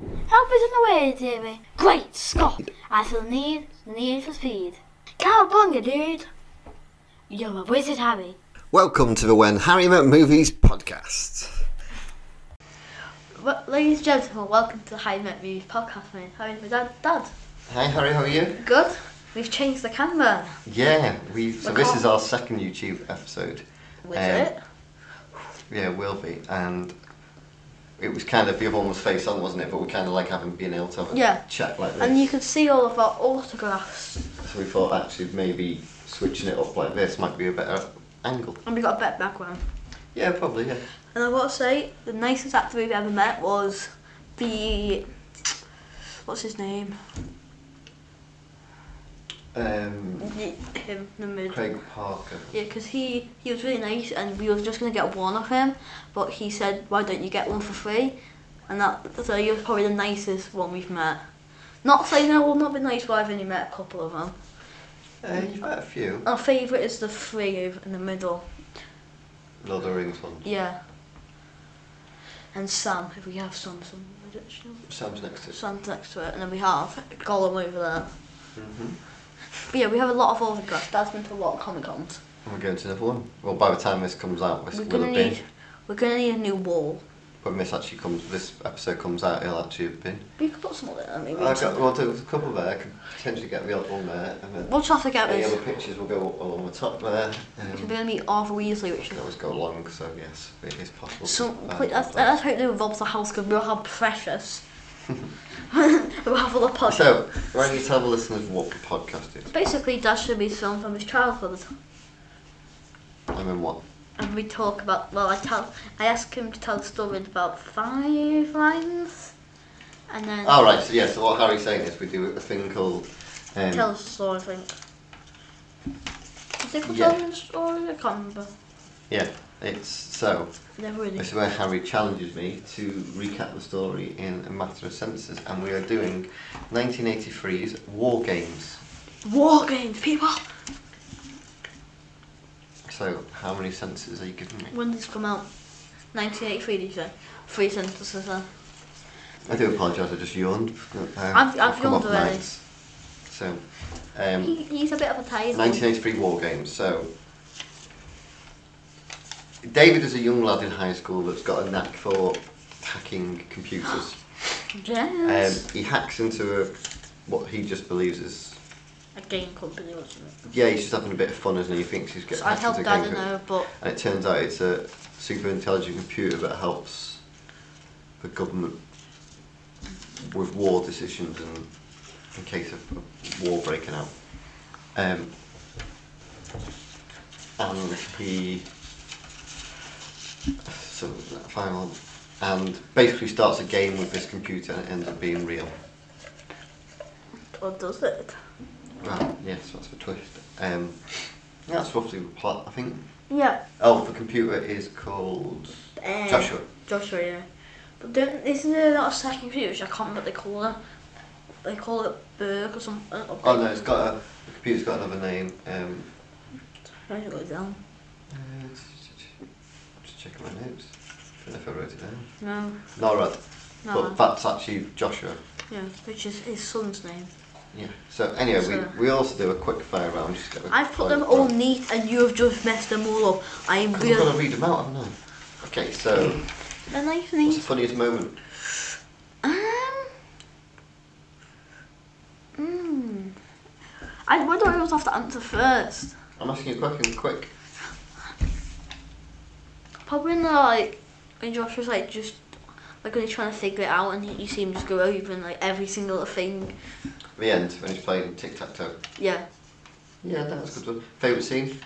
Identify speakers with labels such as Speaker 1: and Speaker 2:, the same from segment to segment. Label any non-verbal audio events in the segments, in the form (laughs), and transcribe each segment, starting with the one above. Speaker 1: is in the way, dear me. Great Scott! I feel the need, the need for speed. Cowabunga, dude! You're a wizard, Harry.
Speaker 2: Welcome to the When Harry Met Movies podcast.
Speaker 3: Well, ladies and gentlemen, welcome to the High Met Movies podcast. My How is my dad? Dad,
Speaker 2: Hi Harry, how are you?
Speaker 3: good. We've changed the camera.
Speaker 2: Yeah, we. So
Speaker 3: We're
Speaker 2: this
Speaker 3: caught-
Speaker 2: is our second YouTube episode.
Speaker 3: Was
Speaker 2: Um,
Speaker 3: it?
Speaker 2: Yeah, it will be, and it was kind of the other one was face on, wasn't it? But we kind of like haven't been able to have a
Speaker 3: Yeah.
Speaker 2: chat like this.
Speaker 3: And you can see all of our autographs,
Speaker 2: So we thought actually maybe switching it up like this might be a better angle.
Speaker 3: and we got a better background.
Speaker 2: Yeah, probably. Yeah.
Speaker 3: And I got to say, the nicest actor we've ever met was the what's his name?
Speaker 2: Um,
Speaker 3: The, him, the mid.
Speaker 2: Craig Parker.
Speaker 3: Yeah, because he, he was really nice and we were just going to get one of him, but he said, why don't you get one for free? And that, so he was probably the nicest one we've met. Not saying I will not be nice, but I've only met a couple of them.
Speaker 2: Uh, you've met a few.
Speaker 3: Our favourite is the three over in the middle,
Speaker 2: Lord of the Rings one.
Speaker 3: yeah. And Sam, if we have Sam, Sam, I don't know.
Speaker 2: Sam's next to it.
Speaker 3: Sam's next to it, and then we have Gollum over there.
Speaker 2: Mm-hmm.
Speaker 3: But yeah, we have a lot of autographs. Dad's been to a lot of Comic Cons.
Speaker 2: And we're going to another one. Well, by the time this comes out, this
Speaker 3: We're
Speaker 2: will
Speaker 3: gonna
Speaker 2: have been.
Speaker 3: need, we're gonna need a new wall.
Speaker 2: When this actually comes, this episode comes out, it'll actually have been.
Speaker 3: We could put some of that. Maybe.
Speaker 2: I've got, well, there's a couple there. I could potentially get the odd one there, and then
Speaker 3: We'll try to get
Speaker 2: any
Speaker 3: this.
Speaker 2: other pictures will go up along the top there.
Speaker 3: It's
Speaker 2: Um,
Speaker 3: gonna be Arthur Weasley, which
Speaker 2: can always go along, so yes, it is possible.
Speaker 3: so
Speaker 2: Uh,
Speaker 3: please, let's, let's hope they involve the house because we'll
Speaker 2: (laughs)
Speaker 3: have precious. we'll have all the podcasts.
Speaker 2: so, why don't you tell the listeners what the podcast is?
Speaker 3: Basically, Dad showed me film from his childhood,
Speaker 2: I mean, what?
Speaker 3: and we talk about. Well, I tell, I ask him to tell the story in about five lines, and then
Speaker 2: All right. So yeah. So what Harry's saying is we do a thing called. Um,
Speaker 3: tell us the story. I think. Is it called
Speaker 2: Yeah.
Speaker 3: telling the story? I can't remember.
Speaker 2: yeah. It's so.
Speaker 3: Never really.
Speaker 2: This is where Harry challenges me to recap the story in a matter of sentences, and we are doing 1983's War Games.
Speaker 3: War games, people.
Speaker 2: So, how many sentences are you giving me?
Speaker 3: When did this come out? 1983, did you say? Three sentences. Then.
Speaker 2: I do apologise, I just yawned. Uh, come
Speaker 3: I've yawned
Speaker 2: off
Speaker 3: already.
Speaker 2: nights. So, um,
Speaker 3: He, he's a bit of a tiger.
Speaker 2: 1983 War Games. So, David is a young lad in high school that's got a knack for hacking
Speaker 3: (gasps)
Speaker 2: computers. Um,
Speaker 3: Yes.
Speaker 2: he hacks into a, what he just believes is
Speaker 3: a game company, wasn't it?
Speaker 2: Yeah, he's just having a bit of fun, isn't he? He thinks he's getting
Speaker 3: So I
Speaker 2: hacked
Speaker 3: helped
Speaker 2: into
Speaker 3: Dad
Speaker 2: game
Speaker 3: in
Speaker 2: code.
Speaker 3: there, but
Speaker 2: And it turns out it's a super intelligent computer that helps the government with war decisions and in case of a war breaking out. Um, and he so that final and basically starts a game with this computer and it ends up being real.
Speaker 3: or does it?
Speaker 2: Right, yes, that's the twist. Um, that's roughly the plot, I think.
Speaker 3: Yeah.
Speaker 2: Oh, the computer is called
Speaker 3: Um,
Speaker 2: Joshua.
Speaker 3: Joshua, yeah. But don't, isn't there not a second computer, which I can't remember what they call it? They call it Burke or something. uh, or-
Speaker 2: Oh no, it's got a the computer's got another name. Um,
Speaker 3: I don't know what it's down.
Speaker 2: uh, just checking my notes. I don't know if I wrote it down.
Speaker 3: No,
Speaker 2: NORAD.
Speaker 3: no.
Speaker 2: But that's actually Joshua.
Speaker 3: yeah, which is his son's name.
Speaker 2: Yeah. So anyway,
Speaker 3: So-
Speaker 2: we, we also do a quick fire round. Just get the
Speaker 3: I've put
Speaker 2: fire
Speaker 3: them all
Speaker 2: round.
Speaker 3: neat and you have just messed them all up. I am
Speaker 2: 'Cause I've got
Speaker 3: really.
Speaker 2: to read them out, haven't I? Okay, so
Speaker 3: They're nice
Speaker 2: what's the
Speaker 3: neat.
Speaker 2: funniest moment?
Speaker 3: Um. Mm. I wonder what I was have to answer first.
Speaker 2: I'm asking you a question, quick.
Speaker 3: Probably in the like when Josh was like just like when he's trying to figure it out and he, you see him just go over and like every single little thing.
Speaker 2: The end when he's playing tic tac toe.
Speaker 3: Yeah.
Speaker 2: Yeah, that's a good one. Favorite scene?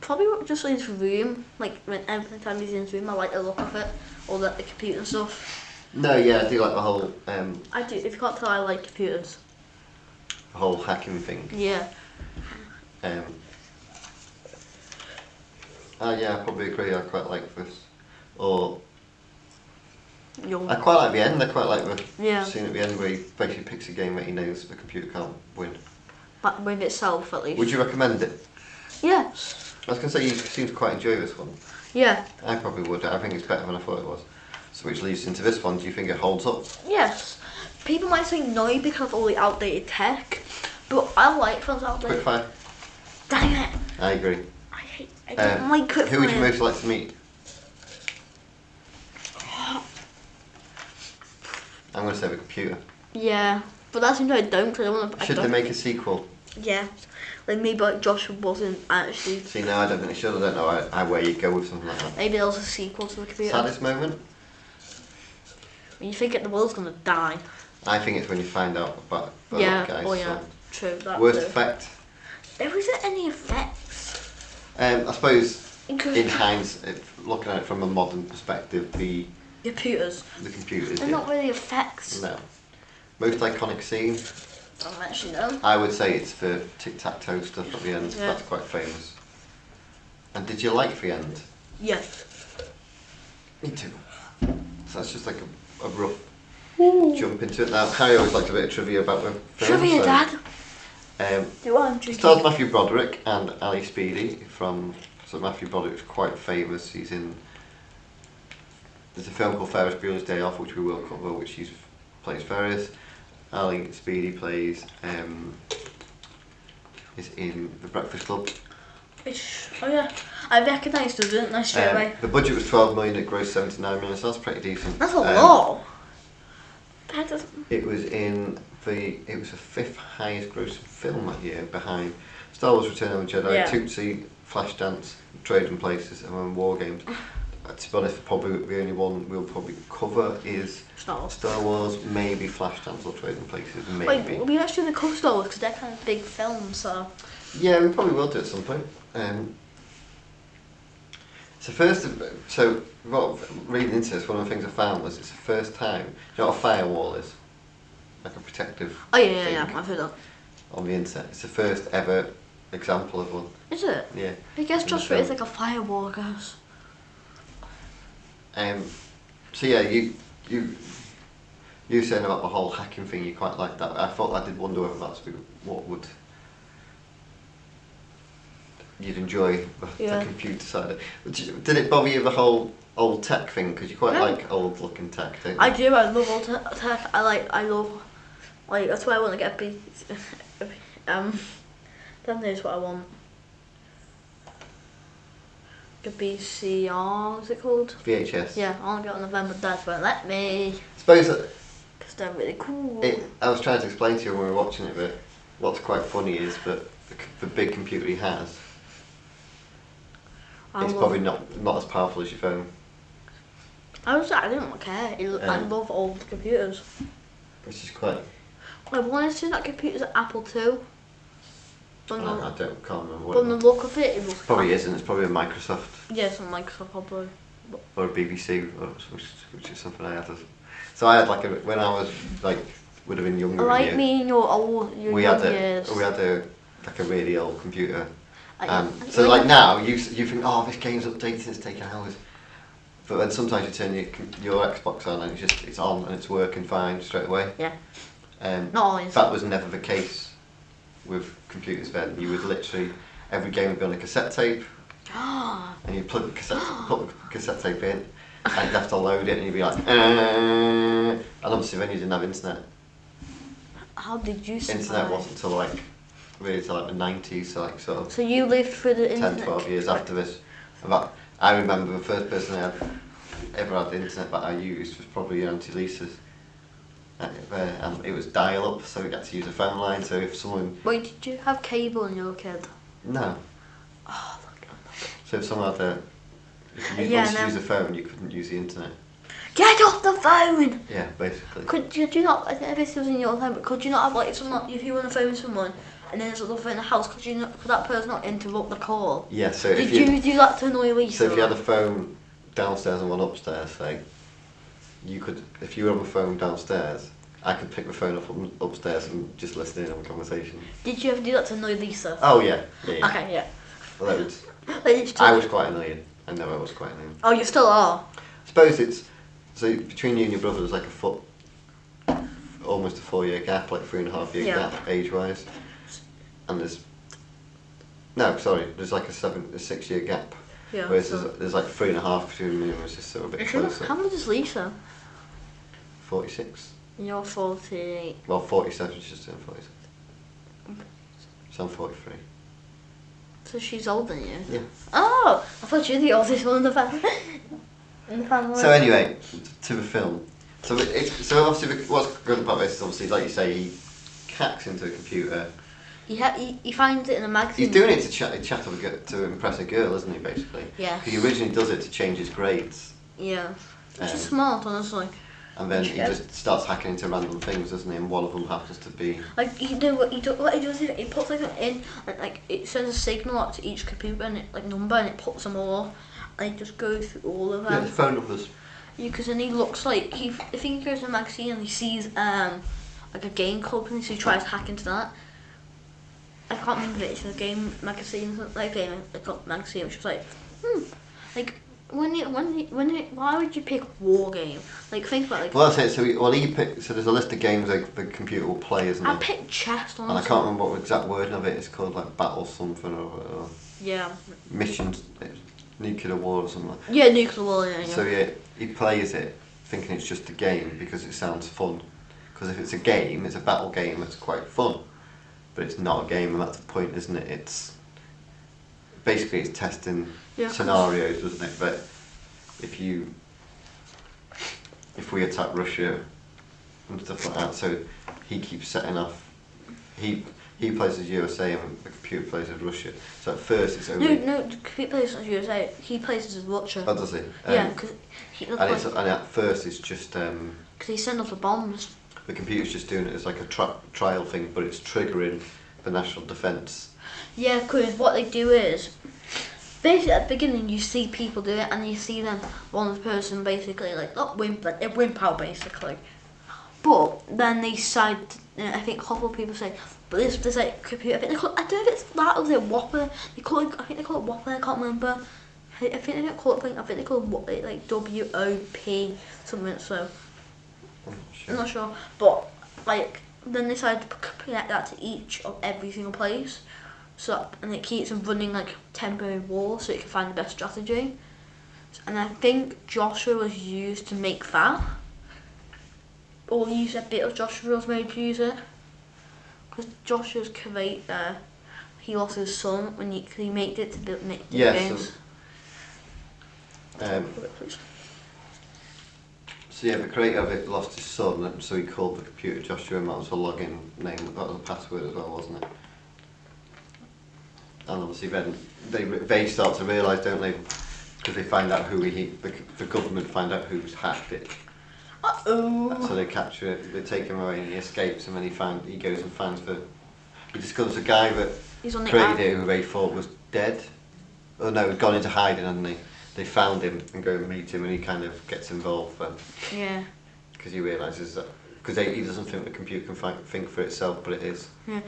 Speaker 3: Probably what- just in his room, like when every time he's in his room I like the look of it, all that the computer and stuff.
Speaker 2: No, yeah, I do like the whole um,
Speaker 3: I do if you can't tell I like computers.
Speaker 2: the whole hacking thing.
Speaker 3: Yeah.
Speaker 2: Um, oh yeah, I probably agree. I quite like this. Or
Speaker 3: Young.
Speaker 2: I quite like the end. I quite like the
Speaker 3: Yeah.
Speaker 2: scene at the end where he basically picks a game that he knows the computer can't win.
Speaker 3: But with itself at least.
Speaker 2: Would you recommend it?
Speaker 3: Yeah.
Speaker 2: I was gonna say you seem to quite enjoy this one.
Speaker 3: Yeah.
Speaker 2: I probably would. I think it's better than I thought it was. So which leads into this one. Do you think it holds up?
Speaker 3: Yes. people might say no because of all the outdated tech, but I like films outdated.
Speaker 2: Quickfire.
Speaker 3: Dang it!
Speaker 2: I agree.
Speaker 3: I hate. I don't
Speaker 2: Um,
Speaker 3: like quick
Speaker 2: who would you
Speaker 3: fire.
Speaker 2: most like to
Speaker 3: (gasps)
Speaker 2: meet? I'm going to say the computer.
Speaker 3: Yeah, but that's something I don't because I want to.
Speaker 2: Should they make a sequel?
Speaker 3: Yeah, like maybe like Joshua wasn't actually.
Speaker 2: See, no, I don't think they should. I don't know I, I, where you go with something like that.
Speaker 3: Maybe there was a sequel to the computer.
Speaker 2: Saddest moment?
Speaker 3: When you think that the world's gonna die.
Speaker 2: I think it's when you find out about about
Speaker 3: yeah.
Speaker 2: that guy's
Speaker 3: oh yeah.
Speaker 2: son.
Speaker 3: True. That
Speaker 2: Worst
Speaker 3: too.
Speaker 2: effect?
Speaker 3: There isn't any effects.
Speaker 2: Um, I suppose
Speaker 3: Including
Speaker 2: in hindsight, if- looking at it from a modern perspective, the
Speaker 3: computers.
Speaker 2: the computers.
Speaker 3: They're
Speaker 2: yeah.
Speaker 3: not really effects.
Speaker 2: No. Most iconic scene,
Speaker 3: I don't actually know.
Speaker 2: I would say it's the tic tac toe stuff at the end.
Speaker 3: Yeah.
Speaker 2: That's quite famous. And did you like the end?
Speaker 3: Yes.
Speaker 2: Me too. So that's just like a, a rough jump into it. Now, Harry always liked a bit of trivia about the film.
Speaker 3: Trivia,
Speaker 2: so,
Speaker 3: Dad.
Speaker 2: Um,
Speaker 3: Do I'm
Speaker 2: it stars Matthew Broderick and Ali Speedy from. So Matthew Broderick's quite famous. He's in. There's a film called Ferris Bueller's Day Off, which we will cover, which he plays Ferris. Ali Speedy plays. Um, is in The Breakfast Club.
Speaker 3: Oh yeah. I recognised her, didn't I? Straight
Speaker 2: Um,
Speaker 3: away.
Speaker 2: the budget was 12 million, it grossed 79 million, so that's pretty decent.
Speaker 3: That's a
Speaker 2: Um,
Speaker 3: lot. That doesn't.
Speaker 2: It was in the it was the fifth highest grossing film that year behind Star Wars Return of the Jedi,
Speaker 3: Yeah.
Speaker 2: Tootsie, Flashdance, Trading Places and then War
Speaker 3: (laughs)
Speaker 2: Games. Uh, To be honest, probably the only one we'll probably cover is
Speaker 3: Star Wars.
Speaker 2: Star Wars, maybe Flashdance or Trading Places, maybe.
Speaker 3: Wait, we actually in the cover Star Wars because they're kind of big films, so.
Speaker 2: Yeah, we probably will do at some point. Um, so first, of- so what, reading into this, one of the things I found was it's the first time. Do you know what a firewall is? Like a protective.
Speaker 3: Oh yeah, yeah, yeah.
Speaker 2: thing
Speaker 3: I've heard that.
Speaker 2: On the internet, it's the first ever example of one.
Speaker 3: Is it?
Speaker 2: Yeah.
Speaker 3: I guess
Speaker 2: In the
Speaker 3: Joshua is
Speaker 2: film.
Speaker 3: like a fireball, guys.
Speaker 2: Um, so yeah, you you you were saying about the whole hacking thing. You quite like that. I thought I did wonder whether that's what would you'd enjoy the,
Speaker 3: Yeah.
Speaker 2: the computer side. Of it. But you- Did it bother you the whole old tech thing? Because you quite
Speaker 3: No.
Speaker 2: like old looking tech, don't you?
Speaker 3: I do. I love all te- tech. I like. I love. Like that's why I want to get a big. (laughs) um, that is what I want. The BCR is it called?
Speaker 2: VHS.
Speaker 3: Yeah, I want to get on November. Dad won't let me
Speaker 2: Suppose that
Speaker 3: because they're really cool.
Speaker 2: it, I was trying to explain to you when we were watching it that what's quite funny is that the, c- the big computer he has
Speaker 3: I
Speaker 2: is
Speaker 3: love-
Speaker 2: probably not not as powerful as your phone.
Speaker 3: I was. I didn't care. It, I
Speaker 2: Um,
Speaker 3: love old computers.
Speaker 2: Which is quite.
Speaker 3: I wanted to see that computer's at Apple too. From the,
Speaker 2: I, I don't can't remember what. it
Speaker 3: from
Speaker 2: was.
Speaker 3: the look of it, it was.
Speaker 2: Probably isn't. It's probably a Microsoft
Speaker 3: Yes, on Microsoft probably.
Speaker 2: or a BBC, or, which, which is something I had. As, so I had like a when I was like would have been younger. than
Speaker 3: Like
Speaker 2: you,
Speaker 3: me and your old your
Speaker 2: we
Speaker 3: young
Speaker 2: had a
Speaker 3: years.
Speaker 2: we had a like a really old computer.
Speaker 3: I-
Speaker 2: Um,
Speaker 3: I-
Speaker 2: so like now you s- you think oh this game's updated it's taking hours, but then sometimes you turn your com- your Xbox on and it's just it's on and it's working fine straight away.
Speaker 3: Yeah.
Speaker 2: Um,
Speaker 3: Not always.
Speaker 2: That was never the case with computers then. You would literally every game would be on a cassette tape. and you plug the cassette, put the cassette tape in, and you'd have to load it, and you'd be like, uh, and obviously then you didn't have internet.
Speaker 3: (gasps) How did you survive?
Speaker 2: Internet wasn't until like really till like the nineties, so like sort of
Speaker 3: So you lived through the
Speaker 2: 10,
Speaker 3: internet.
Speaker 2: 12 years after this. And that- I remember the first person I had ever had the internet that I used was probably Auntie Lisa's. And it- uh, and it was dial-up, so we had to use a phone line. So if someone
Speaker 3: Wait, did you have cable when you were a kid?
Speaker 2: no,
Speaker 3: Oh, look.
Speaker 2: so if someone had a if you
Speaker 3: Yeah,
Speaker 2: wanted to
Speaker 3: no.
Speaker 2: use a phone, you couldn't use the internet.
Speaker 3: Get off the phone!
Speaker 2: Yeah, basically.
Speaker 3: Could, could you not, I think this was in your time, but could you not have, like, someone, if you were on the phone with someone and then there's another phone in the house, could you not, could that person not interrupt the call?
Speaker 2: Yeah, so
Speaker 3: Did
Speaker 2: if
Speaker 3: you, do that to annoy Lisa?
Speaker 2: So if you had a phone downstairs and one upstairs, say, you could, if you were on the phone downstairs, I could pick the phone up from upstairs and just listen in on the conversation.
Speaker 3: Did you ever do that to annoy Lisa?
Speaker 2: Oh yeah, yeah. yeah.
Speaker 3: Okay, yeah.
Speaker 2: Loads.
Speaker 3: Like, you still,
Speaker 2: I was quite annoyed. I know I was quite annoyed.
Speaker 3: oh, you still are?
Speaker 2: I suppose it's so between you and your brother there's like a foot, almost a four-year gap, like three and a half year
Speaker 3: Yeah.
Speaker 2: gap age-wise, and there's no, sorry, there's like a seven, a six-year gap.
Speaker 3: Yeah.
Speaker 2: Whereas
Speaker 3: so-
Speaker 2: there's, there's like three and a half between me and my sister, a bit
Speaker 3: How
Speaker 2: closer.
Speaker 3: much is Lisa?
Speaker 2: Forty-six.
Speaker 3: You're 48.
Speaker 2: Well, 47, she's just turned 47. So I'm 43.
Speaker 3: So she's older than you?
Speaker 2: Yeah.
Speaker 3: Oh, I thought you were the oldest one in the family. (laughs) in the family.
Speaker 2: So anyway, to the film. So it, it, so obviously the- what's good about this is obviously like you say he hacks into a computer.
Speaker 3: He, ha- he, he finds it in a magazine.
Speaker 2: He's doing it to chat, chat with a, gi- to impress a girl, isn't he? Basically.
Speaker 3: Yeah.
Speaker 2: He originally does it to change his grades,
Speaker 3: Yeah. Which
Speaker 2: Um,
Speaker 3: is smart, honestly.
Speaker 2: and then he
Speaker 3: Yeah.
Speaker 2: just starts hacking into random things, doesn't he? And one of them happens to be
Speaker 3: Like, you know what he, do- what he does is he puts like it in, and like it sends a signal out to each computer and it, like number and it puts them all off. And he just goes through all of
Speaker 2: yeah,
Speaker 3: them.
Speaker 2: phone numbers.
Speaker 3: Because then he looks like he, I think he goes to a magazine and he sees um like a game company, so he tries to hack into that. I can't remember it. It's in a game magazine, something like game like a magazine, which was like, hmm, like when you, when you, when you, why would you pick war game? Like think about it, like
Speaker 2: Well, that's it. So he, well, he picked, so there's a list of games like the computer will play, isn't
Speaker 3: I
Speaker 2: there?
Speaker 3: picked chess
Speaker 2: And I
Speaker 3: honestly.
Speaker 2: can't remember what the exact wording of it. It's called like battle something or, or
Speaker 3: Yeah,
Speaker 2: mission nuclear war or something. like
Speaker 3: yeah, nuclear war. Yeah, yeah.
Speaker 2: So yeah, he plays it thinking it's just a game because it sounds fun. Because if it's a game, it's a battle game that's quite fun, but it's not a game, and that's the point, isn't it? It's basically it's testing
Speaker 3: Yeah.
Speaker 2: scenarios, doesn't it? But if you if we attack Russia and stuff like that, so he keeps setting off. He he plays as USA and the computer plays as Russia. So at first it's
Speaker 3: no,
Speaker 2: only
Speaker 3: no, he plays as USA. He plays as Russia.
Speaker 2: oh, does he? Um,
Speaker 3: yeah, because he,
Speaker 2: and it's
Speaker 3: because
Speaker 2: and at first it's just. Um,
Speaker 3: he sent off the bombs.
Speaker 2: The computer's just doing it as like a tra- trial thing, but it's triggering the national defence.
Speaker 3: Yeah, because what they do is basically at the beginning you see people do it and you see them one person basically like not wimp like they wimp out basically. But then they decide. uh, I think a couple of people say, but this this like computer. I think they call. I don't know if it's that or is it Whopper. They call it. I think they call it Whopper. I can't remember. I I think they don't call it. I think they call it what like W O P something. So
Speaker 2: I'm not
Speaker 3: I'm
Speaker 2: sure.
Speaker 3: not sure, but like then they decided to c- connect that to each of every single place, so and it keeps them running like temporary war so it can find the best strategy. And I think Joshua was used to make that, or use a bit of Joshua was made to use it, because Joshua's create uh, he lost his son when he, 'cause he made it to build, make the
Speaker 2: Yeah, so-
Speaker 3: games.
Speaker 2: Um, so yeah, the creator of it lost his son, and so he called the computer Joshua, and that was a login name, that was a password as well, wasn't it? And obviously then they re- they start to realise, don't they? Because they find out who he, the, the government find out who's hacked it,
Speaker 3: Uh oh.
Speaker 2: so they capture it, they take him away, and he escapes, and then he find he goes and finds the he discovers a guy that
Speaker 3: He's on the
Speaker 2: created
Speaker 3: app.
Speaker 2: it who they thought was dead. Oh no, he'd gone into hiding and they, they found him and go and meet him and he kind of gets involved then
Speaker 3: Yeah.
Speaker 2: because he realises that because he doesn't think the computer can fi- think for itself but it is.
Speaker 3: Yeah.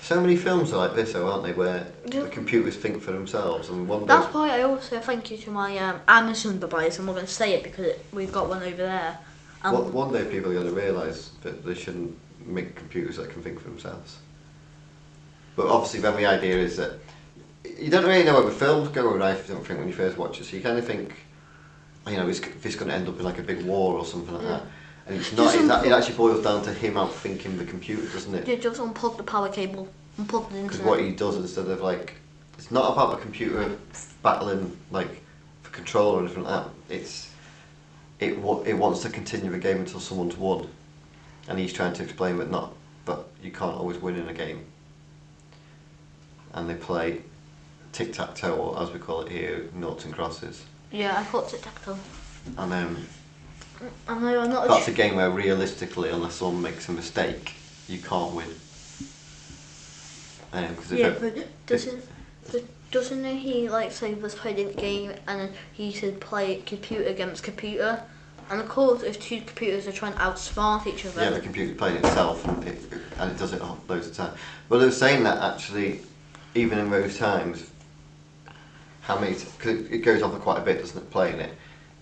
Speaker 2: So many films are like this though aren't they where
Speaker 3: Yeah.
Speaker 2: the computers think for themselves and one day
Speaker 3: That's why I also thank you to my um, Amazon buyers, and we're going to say it because it, we've got one over there. Um,
Speaker 2: one, one day people are going to realise that they shouldn't make computers that can think for themselves. But obviously then the idea is that you don't really know where the film's going right if you don't think when you first watch it so you kind of think you know, is this going to end up in like a big war or something like that? And it's not. It's that, it actually boils down to him outthinking the computer, doesn't
Speaker 3: yeah,
Speaker 2: it?
Speaker 3: just unplug the power cable, unplug the
Speaker 2: Because
Speaker 3: internet.
Speaker 2: what he does instead of like, it's not about the computer battling like for control or anything like that. It's it wa- it wants to continue the game until someone's won, and he's trying to explain that not, but you can't always win in a game. And they play tic tac toe, or as we call it here, noughts and crosses,
Speaker 3: yeah, I caught it tactile.
Speaker 2: and um,
Speaker 3: I know, I'm not.
Speaker 2: That's a game where realistically, unless someone makes a mistake, you can't win. Um, cause
Speaker 3: yeah,
Speaker 2: if it-
Speaker 3: but doesn't but doesn't he like say let's play the game and then he should play computer against computer, and of course if two computers are trying to outsmart each other.
Speaker 2: yeah, the computer's playing itself, and it, and it does it loads of times. Well, they were saying that actually, even in those times, how many? Because it, it goes on for quite a bit, doesn't it? Playing it,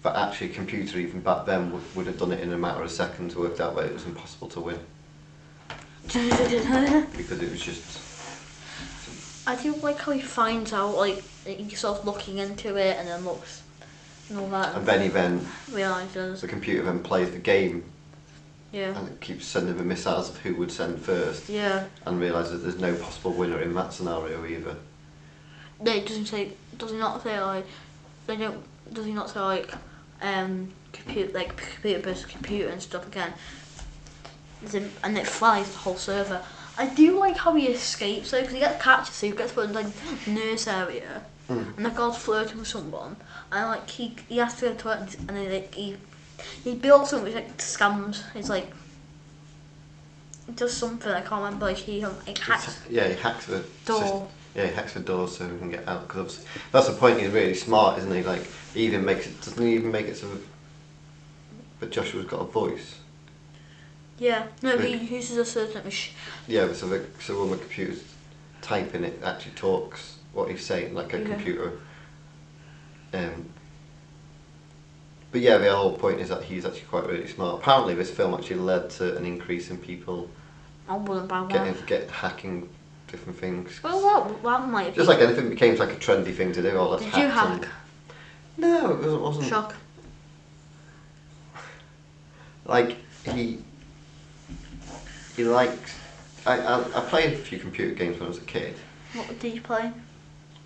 Speaker 2: but actually, a computer even back then would, would have done it in a matter of seconds. Worked out that it was impossible to win because it was just
Speaker 3: (laughs) I do like how he finds out, like he starts looking into it and then looks and all that,
Speaker 2: and then even
Speaker 3: and realizes.
Speaker 2: the computer then plays the game
Speaker 3: Yeah.
Speaker 2: and it keeps sending the missiles of who would send first,
Speaker 3: Yeah.
Speaker 2: and realises that there's no possible winner in that scenario either.
Speaker 3: They doesn't say does he not say like they don't does he not say like um compute like computer versus computer and stuff again. It's in- And it flies the whole server. I do like how he escapes though, because he gets captured, so he gets put in like nurse area, and the guy's flirting with someone, and like he he has to go to it, and then like, he he built something like scams. It's like does something I can't remember. Like he um, like, hacks
Speaker 2: It's- yeah, he hacks the sys-
Speaker 3: Door.
Speaker 2: yeah, he hacks the door so he can get out. Because that's the point. He's really smart, isn't he? Like, he even makes it. Doesn't he even make it so? But Joshua's got a voice.
Speaker 3: Yeah, no, he
Speaker 2: Like-
Speaker 3: uses a certain machine.
Speaker 2: Yeah, but so the so when the computer's typing, it actually talks what he's saying, like a
Speaker 3: Yeah.
Speaker 2: computer. Um. But yeah, the whole point is that he's actually quite really smart. Apparently, this film actually led to an increase in people
Speaker 3: I wouldn't buy
Speaker 2: getting
Speaker 3: one.
Speaker 2: get hacking different things.
Speaker 3: Well, that, that might be.
Speaker 2: Just like anything became like a trendy thing to do. All that's
Speaker 3: Did you
Speaker 2: hacked and-
Speaker 3: hack?
Speaker 2: No, it wasn't. wasn't.
Speaker 3: Shock.
Speaker 2: Like he, he likes. I, I I played a few computer games when I was a kid.
Speaker 3: What did you play?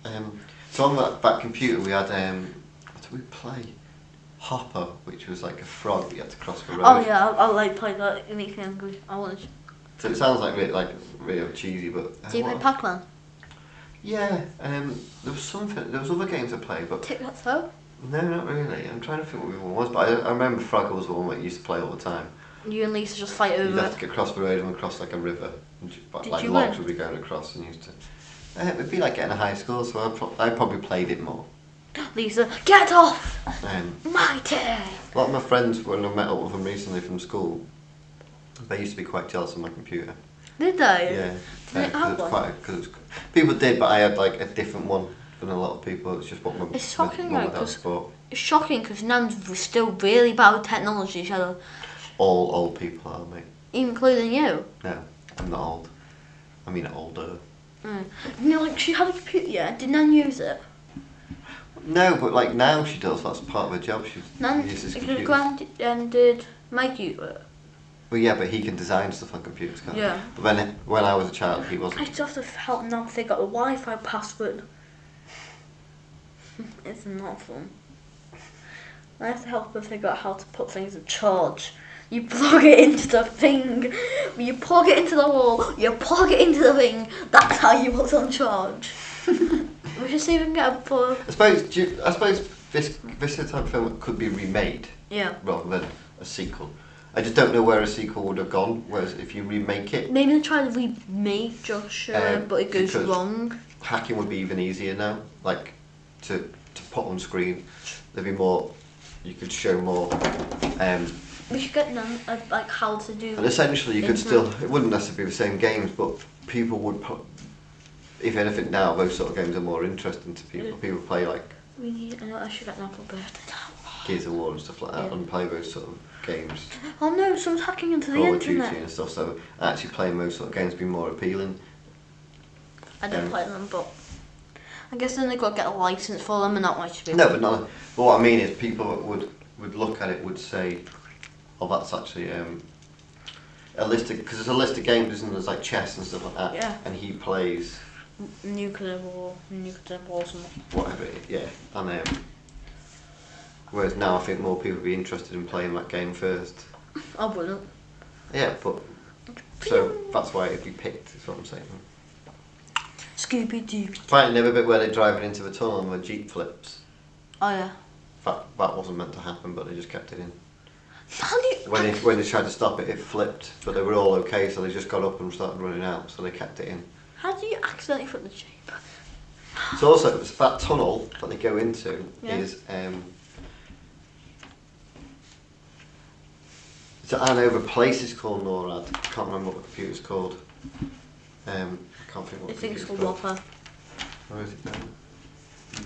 Speaker 2: Um, so on that, that computer we had um, what did we play? Hopper, which was like a frog that you had to cross the road.
Speaker 3: Oh yeah, I, I like playing that. It makes me angry. I want to.
Speaker 2: So it sounds like really, like real cheesy, but uh,
Speaker 3: Do you play
Speaker 2: what-
Speaker 3: Pac-Man?
Speaker 2: Yeah. Um, there was something. There was other games I played, but
Speaker 3: Tic Tac Toe.
Speaker 2: no, not really. I'm trying to think what one was, but I, I remember Frogger was the one that you used to play all the time.
Speaker 3: You and Lisa just fight
Speaker 2: You'd
Speaker 3: over.
Speaker 2: have to
Speaker 3: it.
Speaker 2: get across the road and across like a river. And ju- but
Speaker 3: Did
Speaker 2: like
Speaker 3: you
Speaker 2: logs
Speaker 3: win?
Speaker 2: would be going across and you used to. Uh, It would be like getting a high score, so I, pro- I probably played it more.
Speaker 3: Lisa, get off
Speaker 2: Um,
Speaker 3: my turn.
Speaker 2: a lot of my friends, when I met up with them recently from school, they used to be quite jealous of my computer.
Speaker 3: Did they?
Speaker 2: Yeah.
Speaker 3: Did it have one?
Speaker 2: Because people did, but I had like a different one than a lot of people. It's just what my,
Speaker 3: It's
Speaker 2: my
Speaker 3: shocking,
Speaker 2: mum
Speaker 3: though,
Speaker 2: and dad
Speaker 3: 'cause-
Speaker 2: bought.
Speaker 3: It's shocking because Nan's was still really bad with technology, Shadow,
Speaker 2: All old people are, mate.
Speaker 3: including you.
Speaker 2: No, I'm not old. I mean older.
Speaker 3: Mm. You know, like she had a computer. Yeah, did Nan use it?
Speaker 2: No, but like now she does. That's part of her job. She
Speaker 3: Nan,
Speaker 2: uses
Speaker 3: did
Speaker 2: computers.
Speaker 3: Grand um, did uh, Mike use it?
Speaker 2: Well, yeah, but he can design stuff on computers, can't
Speaker 3: Yeah.
Speaker 2: he? But then when I was a child, he
Speaker 3: I
Speaker 2: wasn't.
Speaker 3: just have to help now figure out the Wi-Fi password. (laughs) it's not fun. I have to help her figure out how to put things in charge. You plug it into the thing. You plug it into the wall. You plug it into the thing. That's how you put it on charge. (laughs) we should see if we can get a plug.
Speaker 2: I suppose. Do you, I suppose this this type of film could be remade
Speaker 3: Yeah.
Speaker 2: rather than a sequel. I just don't know where a sequel would have gone. Whereas if you remake it,
Speaker 3: Maybe they try to remake Joshua,
Speaker 2: Um,
Speaker 3: but it goes
Speaker 2: because-
Speaker 3: wrong.
Speaker 2: hacking would be even easier now. Like to to put on screen, there'd be more. You could show more. Um,
Speaker 3: We should get them uh, like how to do.
Speaker 2: And essentially, you could still, it wouldn't necessarily be the same games, but people would, pro- if anything now, those sort of games are more interesting to people.
Speaker 3: Yeah.
Speaker 2: People play like
Speaker 3: We need. uh, I know I should get an Apple birthday.
Speaker 2: Gears of War and stuff like that
Speaker 3: Yeah.
Speaker 2: and play those sort of games,
Speaker 3: Oh no, someone's hacking into the
Speaker 2: Call of Duty
Speaker 3: internet.
Speaker 2: and stuff. So actually playing those sort of games would be more appealing.
Speaker 3: I don't
Speaker 2: Um,
Speaker 3: play them, but I guess then they've got to get a license for them, and that might should be.
Speaker 2: No, but not, but what I mean is people would, would look at it, would say, oh, that's actually um, a list of, because there's a list of games, isn't there? There's like chess and stuff like that.
Speaker 3: Yeah.
Speaker 2: And he plays
Speaker 3: Nuclear war, nuclear war, something.
Speaker 2: whatever. it- Yeah, and um, whereas now I think more people would be interested in playing that game first.
Speaker 3: I wouldn't.
Speaker 2: Yeah, but so that's why it'd be picked. Is what I'm saying.
Speaker 3: Scooby Doo.
Speaker 2: Right, another bit where they're driving into the tunnel and the jeep flips.
Speaker 3: Oh yeah.
Speaker 2: That that wasn't meant to happen, but they just kept it in.
Speaker 3: How do you?
Speaker 2: When they when they tried to stop it, it flipped, but they were all okay, so they just got up and started running out, so they kept it in.
Speaker 3: How do you accidentally flip the shape?
Speaker 2: So also it's that tunnel that they go into
Speaker 3: Yeah.
Speaker 2: is um, it's at Hanover Place is called NORAD. I can't remember what the computer's called. Um, I can't think what
Speaker 3: I
Speaker 2: the
Speaker 3: think it's called
Speaker 2: computer's called.
Speaker 3: Whopper.
Speaker 2: Or is it now?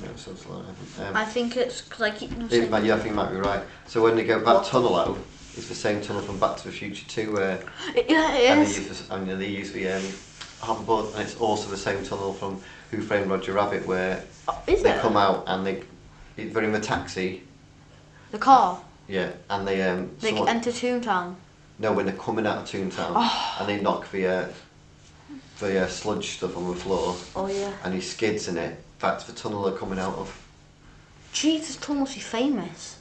Speaker 2: No, it sounds like it. Um,
Speaker 3: I think it's because I keep them
Speaker 2: it might-
Speaker 3: saying.
Speaker 2: yeah, I think you might be right. So when they go back
Speaker 3: Whopper.
Speaker 2: tunnel out, it's the same tunnel from Back to the Future 2 where
Speaker 3: Yeah,
Speaker 2: and they
Speaker 3: it is.
Speaker 2: use the, and they use the um, hoverboard and it's also the same tunnel from Who Framed Roger Rabbit where
Speaker 3: Oh, Is
Speaker 2: they
Speaker 3: it?
Speaker 2: come out and they they're in the taxi
Speaker 3: The car.
Speaker 2: yeah and they um
Speaker 3: They
Speaker 2: someone-
Speaker 3: enter Toontown.
Speaker 2: No, when they're coming out of Toontown and they knock the uh, the uh, sludge stuff on the floor
Speaker 3: Oh yeah.
Speaker 2: and he skids in it back to the tunnel they're coming out of.
Speaker 3: Jesus, Tom must be famous.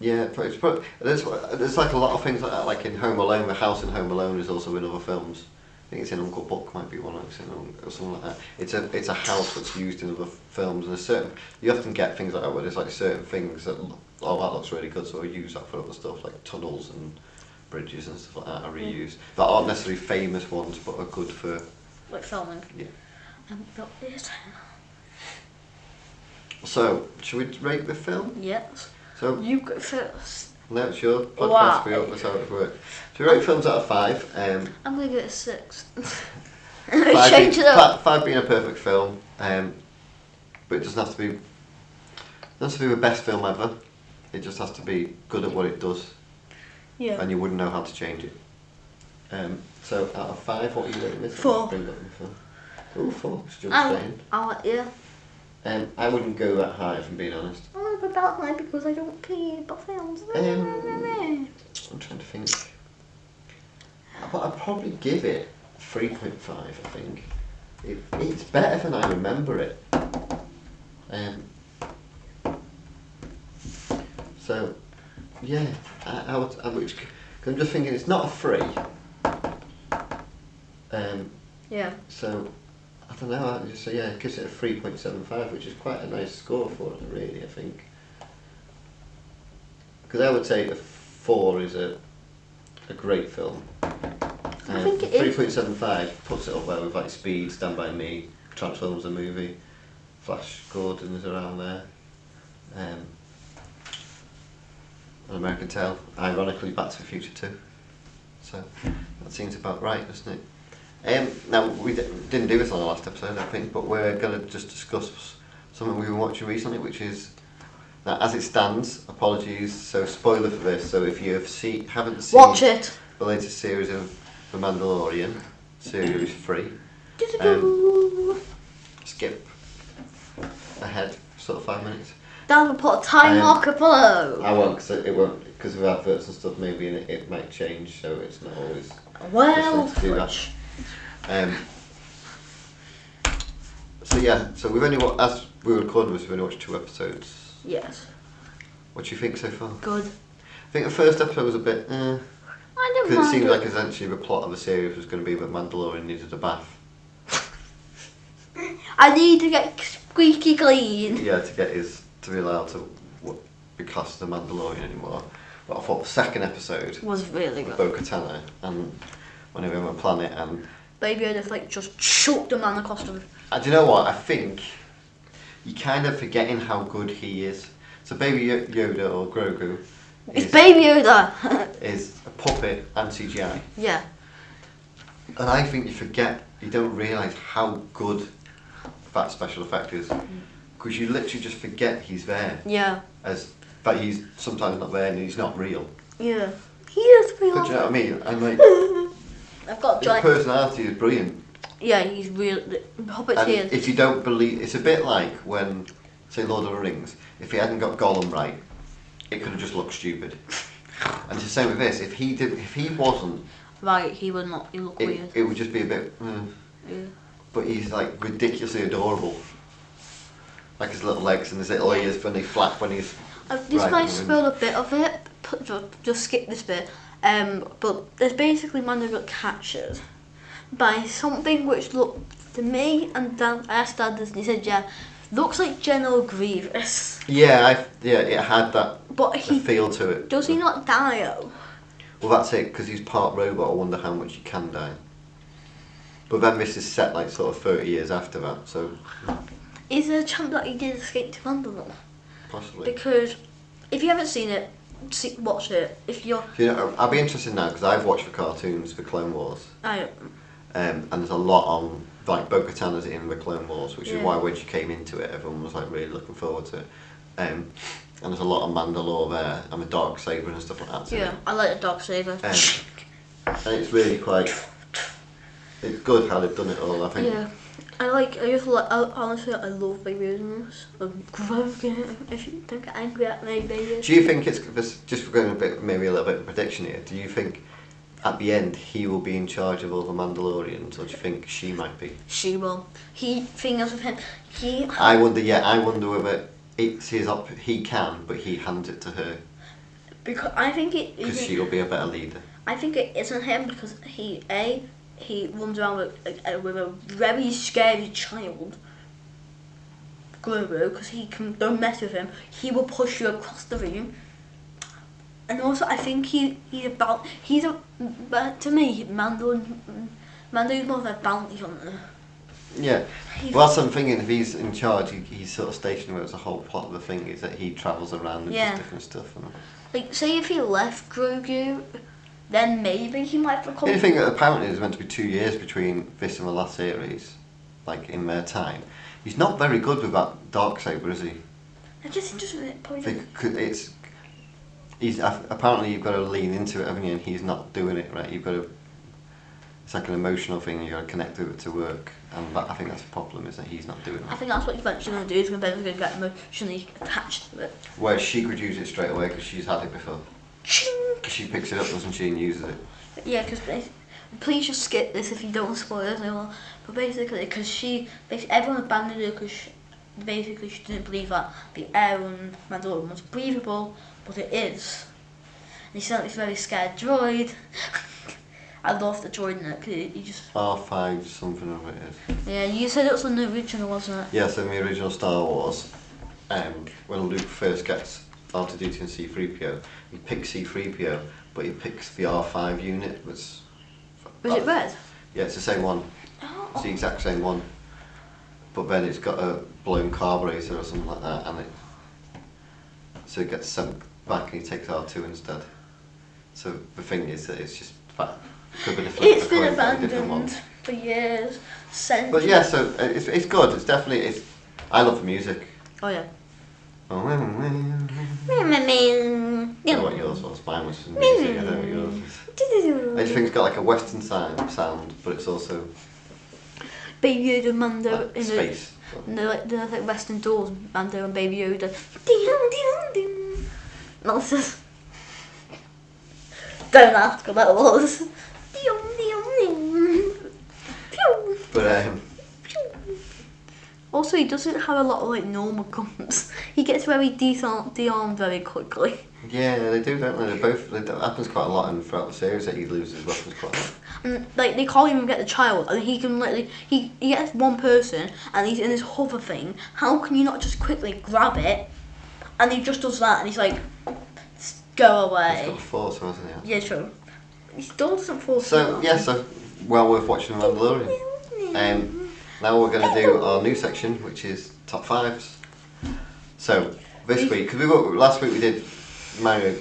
Speaker 2: Yeah, but it's but there's there's like a lot of things like that. Like in Home Alone, the house in Home Alone is also in other films. I think it's in Uncle Buck might be one. I've seen or something like that. It's a it's a house that's used in other films, and a certain you often get things like that where there's like certain things that look- oh that looks really good, so I use that for other stuff like tunnels and bridges and stuff like that. I reuse that aren't necessarily famous ones, but are good for
Speaker 3: Like filming.
Speaker 2: yeah.
Speaker 3: Um, got this.
Speaker 2: So should we rate the film?
Speaker 3: Yes.
Speaker 2: So
Speaker 3: You go first.
Speaker 2: now it's your podcast.
Speaker 3: Wow.
Speaker 2: We hope that's how it works. So we rate films out of five. Um,
Speaker 3: I'm gonna give it a six. (laughs)
Speaker 2: Five
Speaker 3: Change
Speaker 2: being,
Speaker 3: it
Speaker 2: Five,
Speaker 3: up.
Speaker 2: five being a perfect film, um, but it doesn't have to be. Doesn't have to be the best film ever. It just has to be good at what it does,
Speaker 3: Yeah.
Speaker 2: and you wouldn't know how to change it. Um, so out of five, what are you rating this?
Speaker 3: Four.
Speaker 2: Bring up your phone. Ooh, four. It's just
Speaker 3: I,
Speaker 2: saying.
Speaker 3: I, oh, yeah.
Speaker 2: Um, I wouldn't go that high, if I'm being honest.
Speaker 3: I want to put that high because I don't care about films.
Speaker 2: Um, I'm trying to think. But I'd probably give it 3.5, I think. It, it's better than I remember it. Um, so, yeah, I, I would, I would, 'cause I'm just thinking it's not a 3. Um,
Speaker 3: yeah.
Speaker 2: so, I don't know, I just say, yeah, it gives it a 3.75, which is quite a nice score for it, really, I think. Because I would say a 4 is a, a great film.
Speaker 3: I think it is.
Speaker 2: 3.75 puts it up there with like Speed, Stand By Me, Transformers the Movie, Flash Gordon is around there. Um, an American Tale, ironically, Back to the Future too. So that seems about right, doesn't it? Um, now, we d- didn't do this on the last episode, I don't think, but we're going to just discuss something we've been watching recently, which is, now, as it stands, apologies, so spoiler for this, so if you have see, haven't seen
Speaker 3: Watch it.
Speaker 2: the latest series of The Mandalorian, series 3, skip ahead sort of five minutes.
Speaker 3: Dan will put a time
Speaker 2: Um,
Speaker 3: marker below.
Speaker 2: I won't, because it, it won't, because of adverts and stuff, maybe and it, it might change, so it's not always...
Speaker 3: well,
Speaker 2: just need to do that.
Speaker 3: which-
Speaker 2: Um, so yeah, so we've only watched, as we were recording this, we've only watched two episodes.
Speaker 3: yes,
Speaker 2: What do you think so far?
Speaker 3: good.
Speaker 2: I think the first episode was a bit, eh,
Speaker 3: I don't
Speaker 2: because it
Speaker 3: mind.
Speaker 2: seemed like essentially the plot of the series was going to be that Mandalorian needed a bath.
Speaker 3: I need to get squeaky clean.
Speaker 2: Yeah, to get his, to be allowed to w- be classed as a Mandalorian anymore. But I thought the second episode,
Speaker 3: Was really good.
Speaker 2: Bo-Katan and when they were on the planet and
Speaker 3: Baby, I'd have like just choked the man across the.
Speaker 2: Uh, do you know what? I think you're kind of forgetting how good he is. So Baby Yo- Yoda or Grogu
Speaker 3: It's
Speaker 2: is,
Speaker 3: Baby Yoda. (laughs)
Speaker 2: is a puppet and CGI.
Speaker 3: yeah.
Speaker 2: And I think you forget, you don't realise how good that special effect is. Because you literally just forget he's there.
Speaker 3: Yeah.
Speaker 2: As that he's sometimes not there and he's not real.
Speaker 3: Yeah. He is real.
Speaker 2: But do you know what I mean? And like,
Speaker 3: I've got
Speaker 2: his
Speaker 3: giant.
Speaker 2: personality is brilliant.
Speaker 3: Yeah, he's real. the Hobbit's
Speaker 2: And
Speaker 3: here.
Speaker 2: if you don't believe, it's a bit like when, say, Lord of the Rings. If he hadn't got Gollum right, it could have just looked stupid. And it's the same with this. If he did, if he wasn't,
Speaker 3: Right, he would not. He look
Speaker 2: it,
Speaker 3: weird.
Speaker 2: it would just be a bit. Mm.
Speaker 3: Yeah.
Speaker 2: But he's like ridiculously adorable. Like his little legs and his little ears when they flap when he's.
Speaker 3: Uh, this
Speaker 2: Right,
Speaker 3: might
Speaker 2: I mean-
Speaker 3: spoil a bit of it. p- Just, just skip this bit. Um, but there's basically Mando got captured by something which looked to me and Dan. I asked Dan this, and he said, "Yeah, looks like General Grievous."
Speaker 2: Yeah, I, yeah, it had that
Speaker 3: But he
Speaker 2: feel to it.
Speaker 3: does he not die though?
Speaker 2: Well, that's it because he's part robot. I wonder how much he can die. But then this is set like sort of thirty years after that, so
Speaker 3: Is there a chance that he did escape to Mandalore?
Speaker 2: possibly.
Speaker 3: Because if you haven't seen it, see, watch it. If you're,
Speaker 2: Do You know, I'll be interested now because I've watched the cartoons, the Clone Wars,
Speaker 3: I don't.
Speaker 2: um, and there's a lot on like Bo-Katan is in the Clone Wars, which
Speaker 3: Yeah.
Speaker 2: is why when she came into it, everyone was like really looking forward to it. Um, and there's a lot on Mandalore there, and the dark saber and stuff like that. too.
Speaker 3: Yeah, I like the Dark Saber.
Speaker 2: Um, and it's really quite. It's good how they've done it all. I think.
Speaker 3: Yeah, I like. I just like. I, honestly, I love baby Yoda's. Um, Grogu. If you don't get angry at me, baby.
Speaker 2: Do you think it's this, just we're going a bit maybe a little bit of prediction here? Do you think at the end he will be in charge of all the Mandalorians, or do you think she might be?
Speaker 3: She will. He fingers with him. He
Speaker 2: I wonder. Yeah, I wonder whether it's his op. He can, but he hands it to her
Speaker 3: because I think it.
Speaker 2: because she'll be a better leader.
Speaker 3: I think it isn't him because he a he runs around with a, with a very scary child guru because he can don't mess with him. He will push you across the room. And also, I think he he's about he's a but to me Mando Mando's more of a bounty hunter.
Speaker 2: Yeah.
Speaker 3: He's-
Speaker 2: Well, that's what I'm thinking. If he's in charge, he, he's sort of stationary. It's a whole plot of the thing is that he travels around and
Speaker 3: Yeah.
Speaker 2: does different stuff. And
Speaker 3: Like say if he left Grogu, then maybe he might
Speaker 2: the
Speaker 3: become.
Speaker 2: only thing that apparently is meant to be two years between this and the last series, like in their time. He's not very good with that dark saber, is he?
Speaker 3: I guess he just probably.
Speaker 2: They could- it's he's a- apparently you've got to lean into it, haven't you? And he's not doing it right. You've got to. It's like an emotional thing. You've got to connect with it to work, and that, I think that's the problem is that he's not doing
Speaker 3: I
Speaker 2: that.
Speaker 3: think that's what he's eventually going to do. He's eventually going to get emotionally attached to it.
Speaker 2: Where she could use it straight away because she's had it before.
Speaker 3: Chink!
Speaker 2: She picks it up, doesn't she, and uses it.
Speaker 3: Yeah, because please just skip this if you don't want spoilers anymore. But basically, because she, basically everyone abandoned her because she, basically she didn't believe that the air on Mandalorian was breathable, but it is. And she sent this very scared droid. (laughs) I love the droid in it 'cause it- you just
Speaker 2: R five something or it is.
Speaker 3: yeah you said it was in the original wasn't it?
Speaker 2: Yeah, so in the original Star Wars, um, when Luke first gets onto duty and C three PO, he picks C three PO, but he picks the R five unit. Was
Speaker 3: Was it red?
Speaker 2: Yeah, it's the same one. It's
Speaker 3: Oh,
Speaker 2: the exact same one, but then it's got a blown carburetor or something like that, and it so it gets sunk back, and he takes R two instead. So the thing is that it's just that could be
Speaker 3: it's been abandoned for years. Sent.
Speaker 2: But yeah, so uh, it's, it's good. It's definitely it's. I love the music.
Speaker 3: Oh yeah.
Speaker 2: I don't know what yours was. Mine was just music. I don't know what yours was. I just think it's got like a western sound, sound but it's also
Speaker 3: Baby Yoda, Mando
Speaker 2: like,
Speaker 3: in
Speaker 2: space.
Speaker 3: the no, like the like Western Doors, Mando and Baby Yoda. Ding, ding, ding. Nonsense. Don't ask what that was. Ding, ding, ding. Pew,
Speaker 2: But um,
Speaker 3: pew. Also, he doesn't have a lot of like normal guns. He gets very disarm- disarmed very quickly.
Speaker 2: yeah, they do, don't they? They both. They, that happens quite a lot, and throughout the series, that he loses weapons quite a lot.
Speaker 3: And Mm, like they can't even get the child, and he can literally he, he gets one person, and he's in this hover thing. How can you not just quickly grab it? And he just does that, and he's like, "S- go
Speaker 2: He's
Speaker 3: away.
Speaker 2: got four, so hasn't he?
Speaker 3: Yeah, true. He still doesn't force.
Speaker 2: So
Speaker 3: it.
Speaker 2: yeah, so well worth watching The Mandalorian. Um, now we're going to do our new section, which is top fives. So this week, because we were, last week we did Mario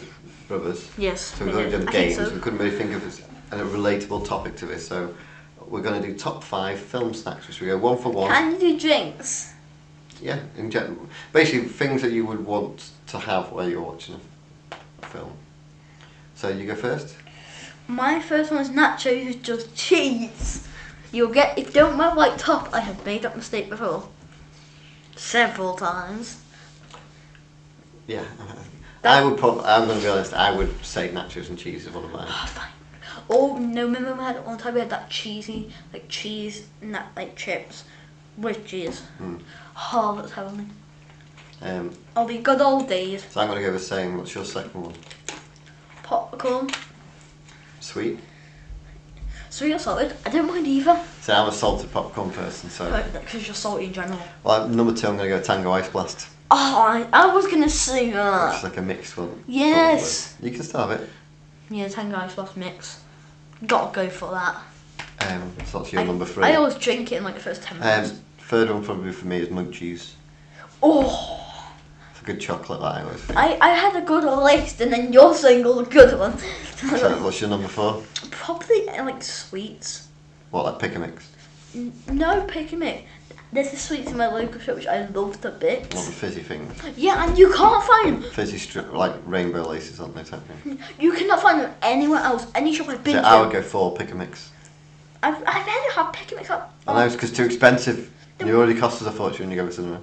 Speaker 2: Brothers,
Speaker 3: Yes.
Speaker 2: so we've
Speaker 3: we
Speaker 2: only
Speaker 3: did.
Speaker 2: done
Speaker 3: I think
Speaker 2: games.
Speaker 3: so.
Speaker 2: We couldn't really think of a relatable topic to this, so we're going to do top five film snacks, which we go one for one.
Speaker 3: Can you do drinks?
Speaker 2: Yeah, in general, basically things that you would want to have while you're watching a film. So you go first.
Speaker 3: My first one is nachos with just cheese. You'll get if you don't wear white top. I have made that mistake before, several times.
Speaker 2: Yeah. I would probably. I'm going to be honest. I would say nachos and cheese is one of mine.
Speaker 3: Oh, fine. Oh no! Remember we had one time we had that cheesy, like cheese, and that like chips with cheese.
Speaker 2: Mm.
Speaker 3: Oh, that's heavenly.
Speaker 2: Um,
Speaker 3: Oh, the good old days.
Speaker 2: so I'm going to go the same. What's your second one?
Speaker 3: Popcorn,
Speaker 2: Sweet.
Speaker 3: sweet or salted? I don't mind either.
Speaker 2: So I'm a salted popcorn person. So
Speaker 3: Because you're salty in general.
Speaker 2: well, number two, I'm going to go Tango Ice Blast.
Speaker 3: Oh, I, I was gonna say
Speaker 2: Which is
Speaker 3: that.
Speaker 2: like a mixed one.
Speaker 3: Yes.
Speaker 2: Probably. You can still have it.
Speaker 3: Yeah, Tango Ice Blast mix. Gotta go for that.
Speaker 2: Um, so that's your
Speaker 3: I,
Speaker 2: number three.
Speaker 3: I always drink it in like the first ten minutes.
Speaker 2: um, third one probably for me is Munchies.
Speaker 3: oh,
Speaker 2: It's a good chocolate that I always think.
Speaker 3: I, I had a good list, and then your single good one.
Speaker 2: So what's your number four?
Speaker 3: (laughs) Probably uh, like sweets.
Speaker 2: What like pick a mix?
Speaker 3: N- No, pick a mix. There's a sweets in my local shop which I love to
Speaker 2: All the
Speaker 3: bits.
Speaker 2: fizzy things.
Speaker 3: Yeah, and you can't find them.
Speaker 2: Fizzy stri- like rainbow laces, aren't they? Type thing.
Speaker 3: You cannot find them anywhere else. Any shop I've been
Speaker 2: So
Speaker 3: to.
Speaker 2: I would go four pick a mix.
Speaker 3: I've, I've had have pick a mix up.
Speaker 2: I know it's because too expensive. And it already cost us a fortune to go to the cinema.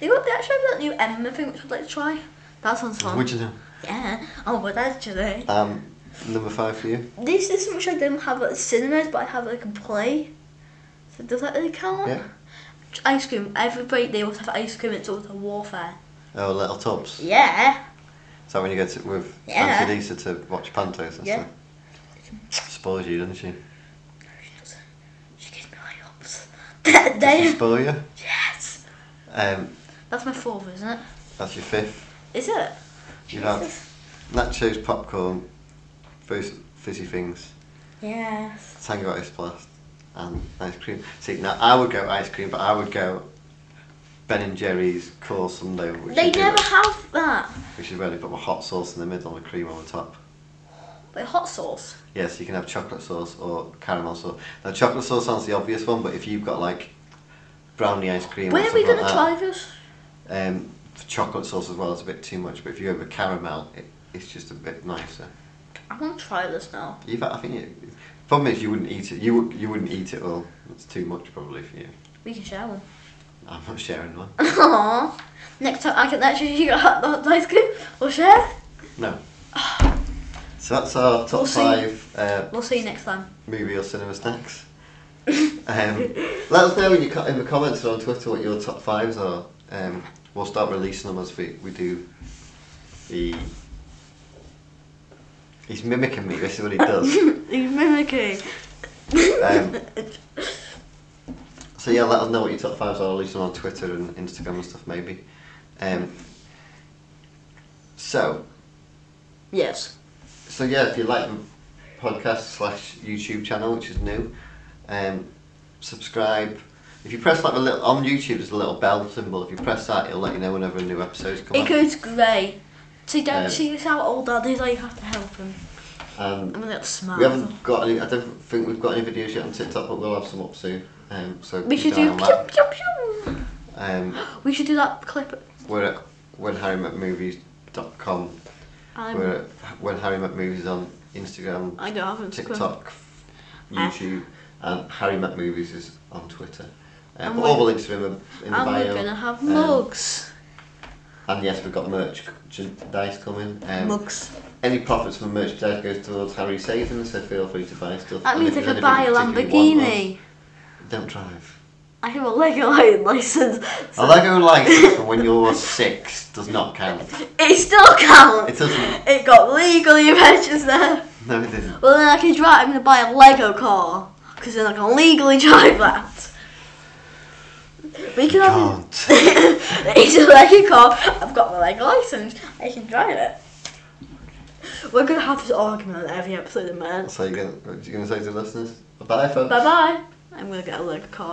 Speaker 3: They got they actually have that new Emma thing which I'd like to try. That sounds fun.
Speaker 2: Would you know?
Speaker 3: yeah. Oh, but that's today.
Speaker 2: Um, Number five for you?
Speaker 3: This is something which I didn't have at cinemas, but I have like a play. So does that really count?
Speaker 2: Yeah.
Speaker 3: Ice cream. Every break they always have ice cream. It's always a warfare.
Speaker 2: Oh, Little Tubs.
Speaker 3: Yeah.
Speaker 2: Is that when you go to, with
Speaker 3: Yeah.
Speaker 2: Auntie Lisa to watch pantos and
Speaker 3: Yeah.
Speaker 2: stuff? Spoils you, doesn't she?
Speaker 3: She gives me high (laughs) ups. That
Speaker 2: Does she
Speaker 3: day.
Speaker 2: spoil you?
Speaker 3: Yes.
Speaker 2: Um,
Speaker 3: That's my fourth, isn't it?
Speaker 2: that's your fifth.
Speaker 3: Is it?
Speaker 2: You have
Speaker 3: Jesus.
Speaker 2: nachos, popcorn, fizz- fizzy things,
Speaker 3: Yes.
Speaker 2: tango ice blast, and ice cream. See, now I would go ice cream, but I would go Ben and Jerry's cool sundae, which,
Speaker 3: they
Speaker 2: is
Speaker 3: never
Speaker 2: where-
Speaker 3: have that.
Speaker 2: which is where they put the hot sauce in the middle and the cream on the top.
Speaker 3: Like hot sauce.
Speaker 2: Yes, you can have chocolate sauce or caramel sauce. Now, chocolate sauce sounds the obvious one, but if you've got like brownie ice cream, or
Speaker 3: Where are we
Speaker 2: something
Speaker 3: gonna
Speaker 2: like
Speaker 3: try this?
Speaker 2: that, Um, for chocolate sauce as well is a bit too much, but if you go with caramel, it, it's just a bit nicer.
Speaker 3: I want to try this now.
Speaker 2: You've, I think you, problem is you wouldn't eat it. You would- you wouldn't eat it all. It's too much probably for you.
Speaker 3: We can share one. (laughs)
Speaker 2: I'm not sharing one.
Speaker 3: Aww. Next time I can actually you got the ice cream. We'll share. (sighs)
Speaker 2: No. So that's our top
Speaker 3: We'll see.
Speaker 2: five uh,
Speaker 3: We'll see you next time. (laughs)
Speaker 2: movie or cinema snacks. um, let us know in, your, co- in the comments and on Twitter what your top fives are. Um, we'll start releasing them as we, we do the. He's mimicking me, this is what he does.
Speaker 3: He's mimicking.
Speaker 2: Um, so, yeah, let us know what your top fives are, release them on Twitter and Instagram and stuff, maybe. Um, so,
Speaker 3: yes.
Speaker 2: so yeah, if you like the podcast slash YouTube channel, which is new, um, subscribe. If you press like the little on YouTube, there's a little bell symbol. If you press that, it'll let you know whenever a new episode's
Speaker 3: It
Speaker 2: coming.
Speaker 3: goes grey. See, don't
Speaker 2: Um,
Speaker 3: see this how old dad is. I have to help him.
Speaker 2: Um,
Speaker 3: I'm a little smart.
Speaker 2: we haven't got any. I don't think we've got any videos yet on TikTok, but we'll have some up soon. Um, so
Speaker 3: We
Speaker 2: keep
Speaker 3: should
Speaker 2: an eye
Speaker 3: do.
Speaker 2: on that.
Speaker 3: pew, pew, pew.
Speaker 2: Um,
Speaker 3: We should do that clip.
Speaker 2: we're at whenharrymetmovies.com.
Speaker 3: Um,
Speaker 2: we're at when Harry Met Movies on Instagram,
Speaker 3: I don't have a
Speaker 2: TikTok,
Speaker 3: Ah.
Speaker 2: YouTube, and Harry Met Movies is on Twitter. Um,
Speaker 3: And
Speaker 2: but all the
Speaker 3: we're-
Speaker 2: links are in the, in the
Speaker 3: And
Speaker 2: bio.
Speaker 3: we're gonna have
Speaker 2: Um,
Speaker 3: mugs.
Speaker 2: and yes, we've got merch merchandise coming. Um,
Speaker 3: mugs.
Speaker 2: Any profits from merchandise goes towards Harry savings, so feel free to buy stuff.
Speaker 3: That
Speaker 2: And
Speaker 3: means I
Speaker 2: if
Speaker 3: could
Speaker 2: there's
Speaker 3: buy a
Speaker 2: anything you particularly want
Speaker 3: Lamborghini.
Speaker 2: of- Don't drive.
Speaker 3: I have a Lego license.
Speaker 2: A Lego license from when you're six does not count.
Speaker 3: It still counts.
Speaker 2: It doesn't.
Speaker 3: It got legally registered.
Speaker 2: No, it didn't.
Speaker 3: (laughs) Well, then I can drive. I'm gonna buy a Lego car because then I can legally drive that. We can have.
Speaker 2: Can't.
Speaker 3: (laughs) it's a Lego car. I've got my Lego license. I can drive it. We're gonna have this argument on every episode of minute.
Speaker 2: So you're gonna, you're gonna say to the listeners, bye, folks.
Speaker 3: Bye bye. I'm gonna get a Lego car.